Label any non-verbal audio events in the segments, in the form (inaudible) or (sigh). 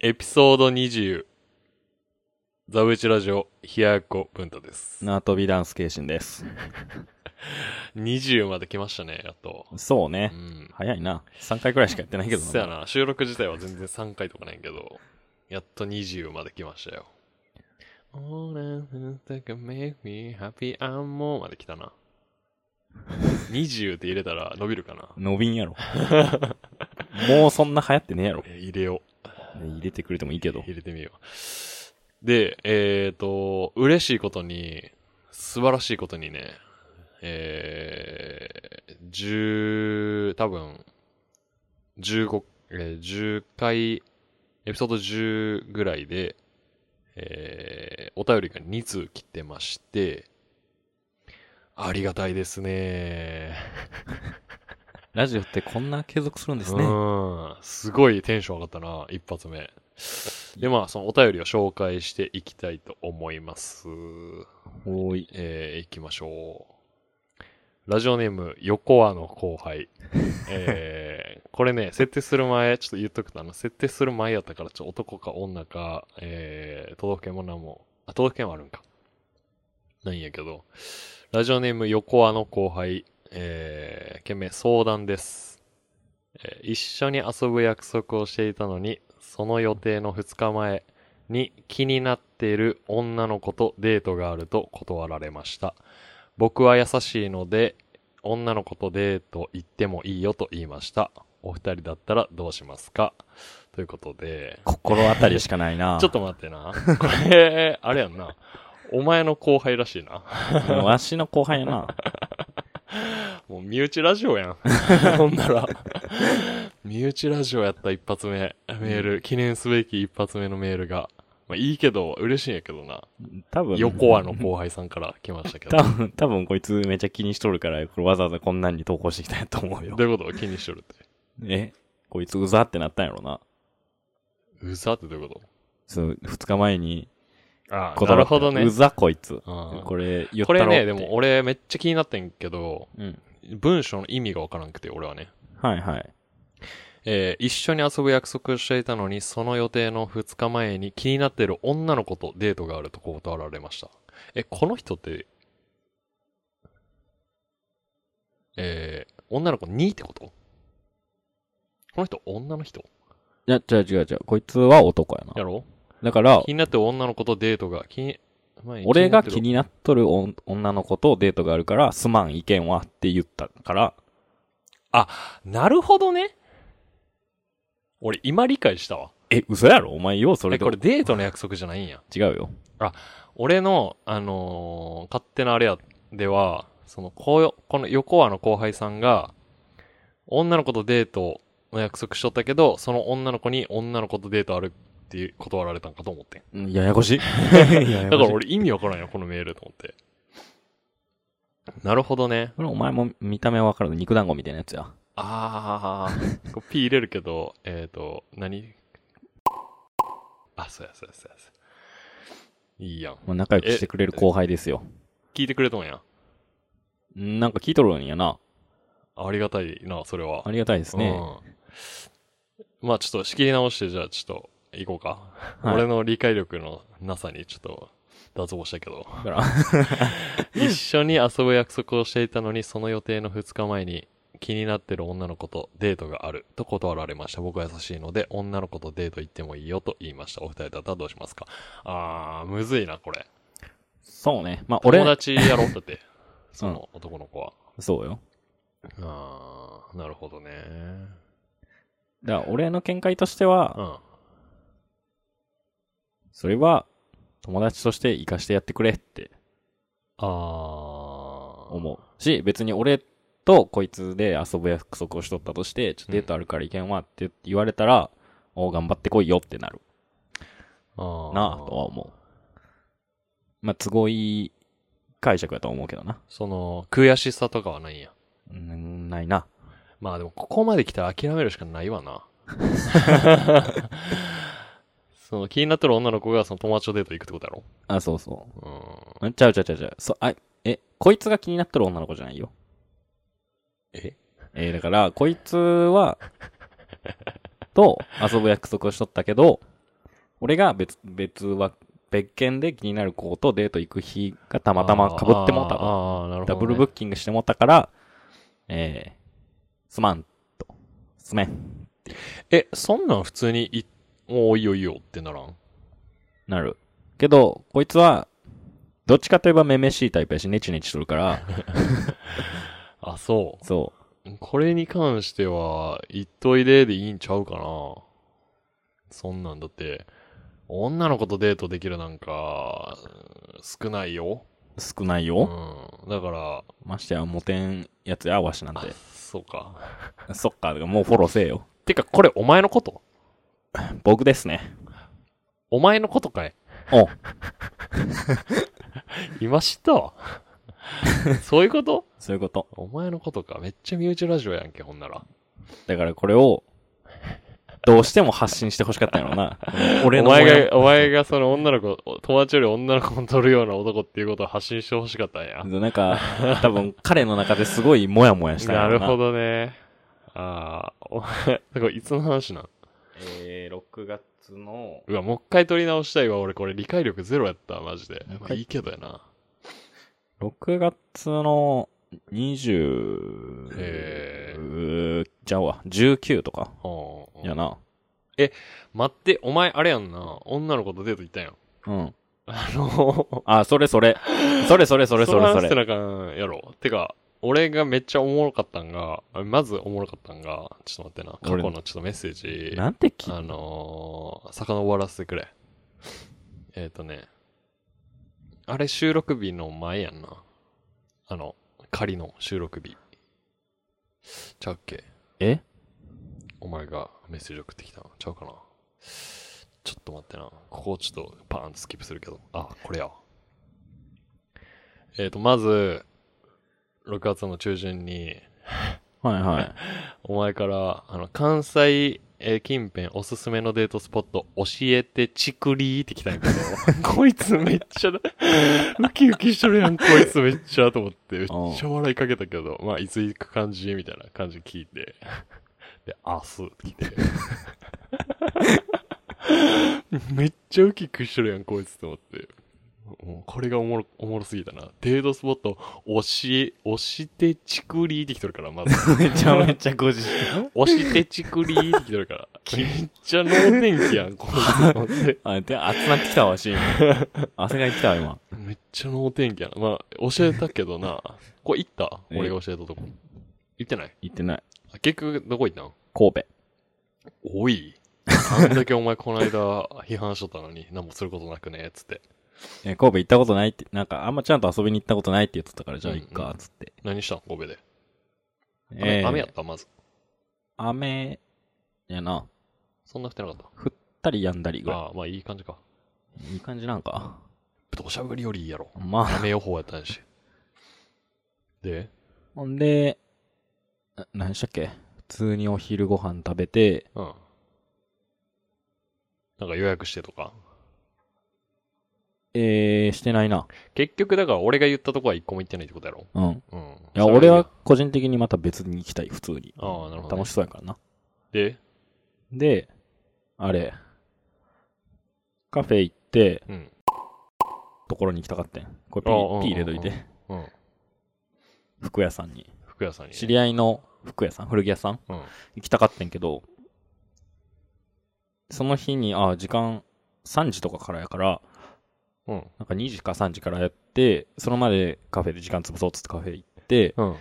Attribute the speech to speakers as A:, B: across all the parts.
A: エピソード20。ザブイチラジオ、ひやこ文太です。
B: 縄跳びダンス形心です。
A: 20まで来ましたね、やっと。
B: そう
A: う
B: ね。
A: ん。
B: 早いな。3回くらいしかやってないけど
A: そやな、収録自体は全然3回とかないけど、やっと20まで来ましたよ。All I think that can make me happy and more まで来たな。20って入れたら伸びるかな。
B: 伸びん
A: (laughs)
B: やろ。もうそんな流行ってねえやろ。
A: え入れよう。
B: ね入れてくれてもいいけど。
A: 入れてみよう。で、えっ、と、嬉しいことに、素晴らしいことにね、えー、十、多分、十五、えー、十回、エピソード10ぐらいで、えー、お便りが2通来てまして、ありがたいですね。
B: ラジオってこんな継続するんです
A: う
B: ね。
A: ん。すごいテンション上がったな、一発目。で、まあ、そのお便りを紹介していきたいと思います。
B: おーい。
A: えー、いきましょう。ラジオネーム、横輪の後輩。えー、これね、設定する前、ちょっと言っとくと、あの、設定する前やったから、ちょっと男か女か、えー、都道府県もなんも、あ、都道府県はあるんか。なんやけど、ラジオネーム、横輪の後輩、えー、件名、相談です。えー一緒に遊ぶ約束をしていたのに、その予定の2日前、に気になっている女の子とデートがあると断られました。僕は優しいので、女の子とデート行ってもいいよと言いました。お二人だったらどうしますかということで、
B: 心当たりしかない
A: (laughs)
B: な。
A: ちょっと待ってな。これ、あれやんな。お前の後輩らしいな。
B: と。わしの後輩やな。
A: もう身内ラジオやん。 (laughs) ほんなら。身内ラジオやった一発目、メール、記念すべき一発目のメールが。まあいいけど、嬉しいんやけどな。
B: 多分。
A: 横輪の後輩さんから来ましたけど
B: (laughs) 多。分、多分こいつめっちゃ気にしとるから、これわざわざこんなんに投稿してきたんやと思うよ
A: ど。ういうこと気にしとるって。
B: えこいつうざってなったんやろな。
A: うざってどういうこ
B: そう、二日前に
A: とあ
B: 断
A: な
B: ら
A: る
B: れた
A: ほどね
B: う。ざこいつ。
A: うん
B: これ言った
A: これ
B: ろって
A: ね、でも、俺めっちゃ気になってんけど、
B: うん。
A: 文章の意味がわからなくて、俺はね。
B: はいはい。
A: えー一緒に遊ぶ約束をしていたのに、その予定の2日前に気になってる女の子とデートがあると断られました。え、この人って、えー女の子2ってことこの人、女の人
B: いや、違う違う違う。こいつは男やな
A: や。ろ
B: だから
A: 気、になってる女の子とデートが、気に、前に
B: 俺が
A: なってる
B: 気になっとるおん女の子とデートがあるから、すまん、意見はって言ったから、
A: なるほどね。俺、今理解したわ。
B: え、嘘やろお前よう、それ
A: え、
B: と
A: これデートの約束じゃないんや。
B: 違うよ。
A: 俺の、あのー勝手なあれや、では、その、こうよ、この横輪の後輩さんが、女の子とデートの約束しとったけど、その女の子に女の子とデートあるっていう断られたんかと思ってん。
B: うんやや
A: (laughs)
B: こしい。やや
A: だ
B: こ
A: から
B: しい。
A: 俺意味わからんよ、このメールと思って。なるほどね。
B: これお前も見た目はわかるの肉団子みたいなやつや。
A: ああ、こう P 入れるけど、えっ、ー、と、何あ、そうや、そうや、そうや、そうや。いいやん。
B: まあ、仲良くしてくれる後輩ですよ。
A: 聞いてくれとんや。
B: うんなんか聞いとるんやな。
A: ありがたいな、それは。
B: ありがたいですね。
A: うん。まあちょっと仕切り直して、じゃあちょっと、行こうか。
B: はい
A: 俺の理解力のなさにちょっと、脱帽したけど。
B: だから、 (laughs)
A: 一緒に遊ぶ約束をしていたのに、その予定の2日前に気になってる女の子とデートがあると断られました。僕は優しいので、女の子とデート行ってもいいよと言いました。お二人だったらどうしますかあー、むずいな、これ。
B: そうね。まあ俺
A: 友、達やろだ
B: (laughs)
A: って、その男の子は。
B: そうよ。
A: あー、なるほどね。
B: だから俺の見解として
A: う
B: は、
A: ん。
B: それは、友達として生かしてやってくれって
A: あー。
B: 思うし、別に俺とこいつで遊ぶ約束をしとったとして、ちょっとデートあるから行けんわって言われたら、お頑張ってこいよってなる
A: あー
B: なぁとは思う。まあ、都合いい解釈やとは思うけどな。
A: その、悔しさとかはないんや。
B: うん、ないな。
A: まあでも、ここまで来たら諦めるしかないわ
B: (laughs)
A: な。その、気になってる女の子がその友達とデート行くってことやろ
B: あ、そうそうう。ちゃうちゃうちゃうちゃう。そ、あ、え、こいつが気になってる女の子じゃないよ。
A: え
B: えーだから、こいつは、と遊ぶ約束をしとったけど、俺が別、別は、別件で気になる子とデート行く日がたまたま被ってもう
A: あ
B: たわ
A: ーあー、なるほど、ね。
B: ダブルブッキングしてもうたから、えー、すまんと。すめん。
A: え、そんなん普通にい、もういいよいいよってならん
B: なる。けど、こいつは、どっちかといえばめめしいタイプやし、ネチネチする
A: (laughs)
B: から、
A: あ、そ。
B: そう
A: これに関しては、言っといででいいんちゃうかな。そんなんだって、女の子とデートできるなんか、少ないよ。
B: う、少ないうよ。
A: ん。だから、
B: ましてや、モテんやつや、わしなんて。
A: そうか。
B: そっか、もうフォローせえよ。
A: てか、これお前のこと
B: 僕ですね。
A: お前のことかい
B: お
A: 今知った (laughs) わ。そういうこと
B: そういうこと。
A: お前のことか。めっちゃ身内ラジオやんけ、ほんなら。
B: だからこれを、どうしても発信してほしかったんやろうな。 (laughs) 俺の
A: お
B: モヤ
A: 前が、お前がその女の子、友達より女の子を取るような男っていうことを発信してほしかったんや。
B: なんか、多分彼の中ですごいモヤモヤしたんや
A: な
B: ろう
A: る
B: な。
A: ほ
B: ど。
A: どね。ああ、お前、だからいつの話なん
B: えー、6月の、
A: うわ、もう一回取り直したいわ。俺これ理解力ゼロやった、マジで。
B: もう一
A: ま
B: 回
A: あいいけどやな。
B: 6月の20、
A: へ
B: ー、じゃあわ、19とか、
A: うんうん
B: やな。
A: 待って、お前、あれやんな。女の子とデート行ったんやん。
B: うん。
A: あの、
B: あ、それそれ。それそれそれそれそ
A: 話せ
B: れ。
A: なあかんやろ。てか、俺がめっちゃおもろかったんが、まずおもろかったんが、ちょっと待ってな。過去のちょっとメッセージ。
B: なんてき、
A: あのー、遡らせてくれ。 (laughs) えっ、とね、あれ収録日の前やんな。あの、仮の収録日。ちゃうっけ
B: え
A: お前がメッセージ送ってきたのちゃうかなちょっと待ってな。ここちょっとパーンとスキップするけど。あ、これやわ。えっ、と、まず、6月の中旬に、
B: はいはい。
A: お前から、あの、関西、えー近辺おすすめのデートスポット教えてちくりーって来たんやけど、 (laughs) こいつめっちゃ、ウキウキしとるやん、こいつめっちゃと思って、めっちゃ笑いかけたけど、まあ、いつ行く感じみたいな感じ聞いて、で、明日って来て。めっちゃウキウキしとるやん、こいつと思って。もうこれがおもろ、おもろすぎたな。デートスポット、教え、押してちくりーって来とるから、まず。
B: めちゃめちゃご自
A: 押してちくりーって来てるから。めっちゃ能天気やん、この
B: (laughs)
A: 人。
B: (laughs) あ、で、熱なってきたわ、し、今。汗がいてきたわ、今。
A: めっちゃ能天気やな。まあ、教えたけどな。これ行った
B: え
A: 俺が教えたとこ。行ってない
B: 行ってない。
A: あ結局、どこ行ったん
B: 神戸。
A: おい。あんだけお前この間 (laughs) 批判しとったのに、何もすることなくね、つって。
B: え、神戸行ったことないって、なんかあんまちゃんと遊びに行ったことないって言ってたから、じゃあ行っ
A: うんう
B: か
A: ん、
B: つって。
A: 何したん神戸で。
B: え
A: 雨
B: ー
A: 雨やったまず。
B: 雨、やな。
A: そんな降ってなかっ
B: 降ったりやんだりぐ
A: た。
B: ら
A: ああ、まあいい感じか。
B: い。いい感じなんか。
A: どしゃぶりよりいいやろ。
B: まあ、
A: 雨予報やったんやし。で、
B: ほんで、な何したっけ普通にお昼ご飯食べて、
A: うん。なんか予約してとか。
B: えー、してないな。
A: 結局だから俺が言ったとこは一個も行ってないってことやろ
B: うん。
A: うん。い
B: いや、俺は。個人的にまた別に行きたい、普通に。
A: ああ、なるほど、ね
B: 楽。しそうやからな。
A: で、
B: で、あれ、カフェ行って、
A: うん。
B: ところに行きたかったん。これピ
A: あうんうんう
B: ー
A: ん
B: ピー入れといて。
A: うん。
B: 服屋さんに。
A: 服屋さんに、ね。
B: 知り合いの服屋さん、古着屋さん
A: うん。
B: 行きたかったんけど、その日に、あ、時間3時とかからやから、
A: うん。
B: なんか2時か3時からやって、そのまでカフェで時間潰そうっつってカフェ行って、
A: うん。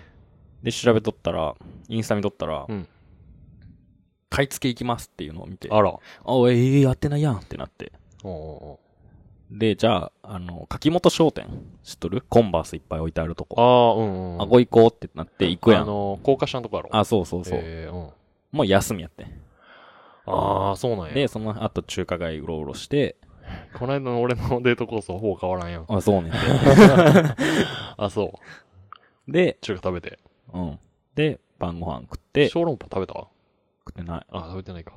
B: で、調べとったら、インスタ見とったら、
A: うん
B: 買い付け行きますっていうのを見て、あ、
A: あら。おう
B: ええやってないやんってなって。
A: おうおう
B: で、じゃあ、あの、柿本商店、知っとるコンバースいっぱい置いてあるとこ。
A: ああ、うん、うん。
B: あ、こ行こうってなって行くや
A: あ
B: ん。
A: のー、高架下のとこやろ。
B: あ、そうそうそう。
A: えー、うん。
B: もう休みやって。
A: ああ、そうなんや。
B: で、その後中華街うろうろして、
A: この間の俺のデートコースとほぼ変わらんやん。(laughs)
B: あ、そうねんて。
A: あ、そう。
B: で、
A: 中華食べて。
B: うん。で、晩ご飯食って、
A: え
B: 食
A: 小籠包食べた
B: ってない。
A: あ、食べてないか。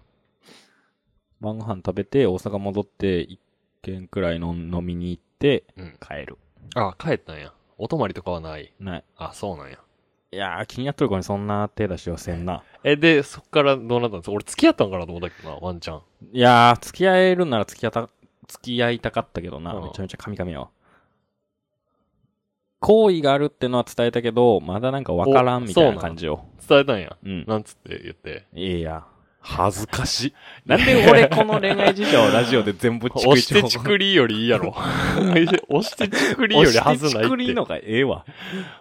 B: 晩ご飯食べて、大阪戻って、一軒くらいの飲みに行って、
A: うん。
B: 帰る。
A: あ、帰ったんや。お泊まりとかはない。
B: ない。
A: あ、そうなんや。
B: いやー、気になっとる子にそんな手出しはせんな。
A: え、で、そっからどうなったんですか俺付き合ったんかなと思ったけどな、ワンちゃん。
B: いやー、付き合えるなら付き合った、付き合いたかったけどな。
A: うん
B: めちゃめちゃ神々やわ。好意があるってのは伝えたけど、まだなんかわからんみたいな感じを。
A: 伝えたんや。
B: うん。
A: なんつって言って。
B: いやいや。
A: 恥ずかしい。
B: なんで俺この恋愛事
A: (laughs)
B: 情をラジオで全部チク
A: 押して
B: チ
A: ち
B: ク
A: くりよりいいや (laughs) ろ。押してちくりよ
B: 押
A: りは
B: し
A: ず
B: て
A: ないって。
B: チクリのがええわ。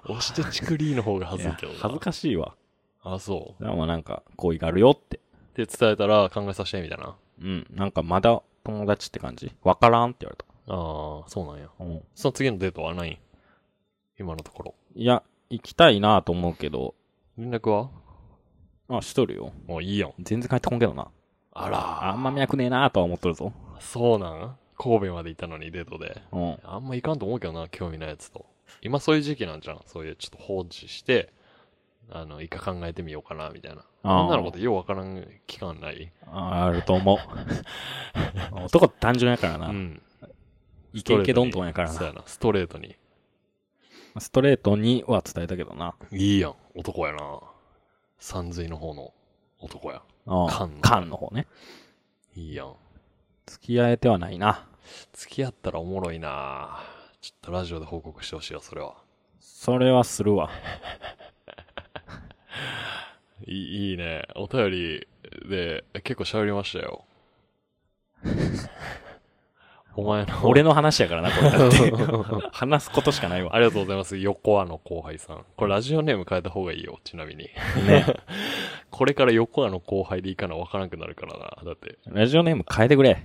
A: 押してちくりの方が恥ずいけど
B: い
A: な。
B: や恥ずかしいわ。
A: あ、そう。
B: でもなんか、好意があるよって。
A: って伝えたら考えさせてみたいな。
B: うん。なんかまだ友達って感じ。わからんって言われ
A: ああ、そうなんや。
B: た。うん。
A: その次のデートはないん今のところ。
B: いや、行きたいなと思うけど、
A: 連絡は
B: あ、しとるよ。
A: もういいやん。
B: 全然帰ってこんけどな。
A: あら
B: あんま脈ねえなとは思っとるぞ。
A: そうなん神戸まで行ったのにデートで。
B: うん。
A: あんま行かんと思うけどな、興味ないやつと。今そういう時期なんじゃん。そういうちょっと放置して、あの、一回考えてみようかな、みたいな。
B: あー
A: 女の子ってようわからん期間ない
B: ああると (laughs) 思う。男って単純やからな。
A: うん。
B: イケイケどんどんやから
A: そう
B: な。
A: やな、ストレートに。
B: ストレートには伝えたけどな。
A: いいやん、男やな。三髄の方の男や。
B: うん
A: 缶の
B: 缶の方ね。
A: いいやん。
B: 付き合えてはないな。
A: 付き合ったらおもろいなちょっとラジオで報告してほしいよ、それは。
B: それはするわ。
A: いいいいね。お便りで結構喋りました (laughs) よ。お前 (laughs) の。
B: 俺の話やからな、これだ (laughs) って。話すことしかないわ。
A: ありがとうございます。横アの後輩さん。これラジオネーム変えた方がいいよ、ちなみに。
B: ね。
A: (laughs) これから横アの後輩でいいかなわからなくなるからな。だって。
B: ラジオネーム変えてくれ。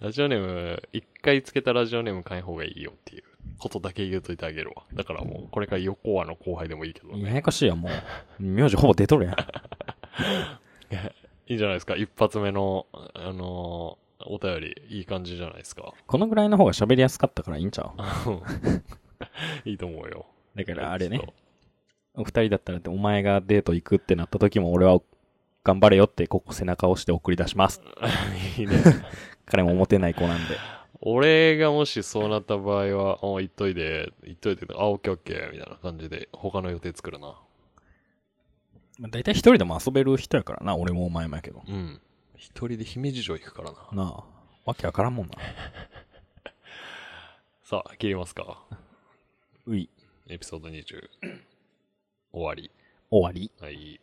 A: ラジオネーム、一回つけたラジオネーム変え方がいいよっていうことだけ言うといてあげるわ。だからもう、これから横アの後輩でもいいけどね。
B: ややこしいやん、もう。名字ほぼ出とるやん。
A: いいんじゃないですか。一発目の、あのーお便り、いい感じじゃないですか。 (laughs)
B: このぐらいの方が喋りやすかったからいいんちゃう
A: いいと思うよ。
B: だからあれね
A: ちょっ。と。
B: お二人だったらってお前がデート行くってなった時も俺は頑張れよってここ背中を押して送り出します。
A: いいね。
B: 彼もモテない子なんで。
A: 俺がもしそうなった場合は、お行っといで、行っといて、あ、オッケーオッケー、みたいな感じで、他の予定作るな。
B: まあ大体一人でも遊べる人やからな、俺もお前もやけど。
A: うん。一人で姫路城行くからな。
B: なあ、わけわからんもんな。
A: さあ、切りますか。
B: うい、
A: エピソード20。終わり。
B: 終わり。
A: はい。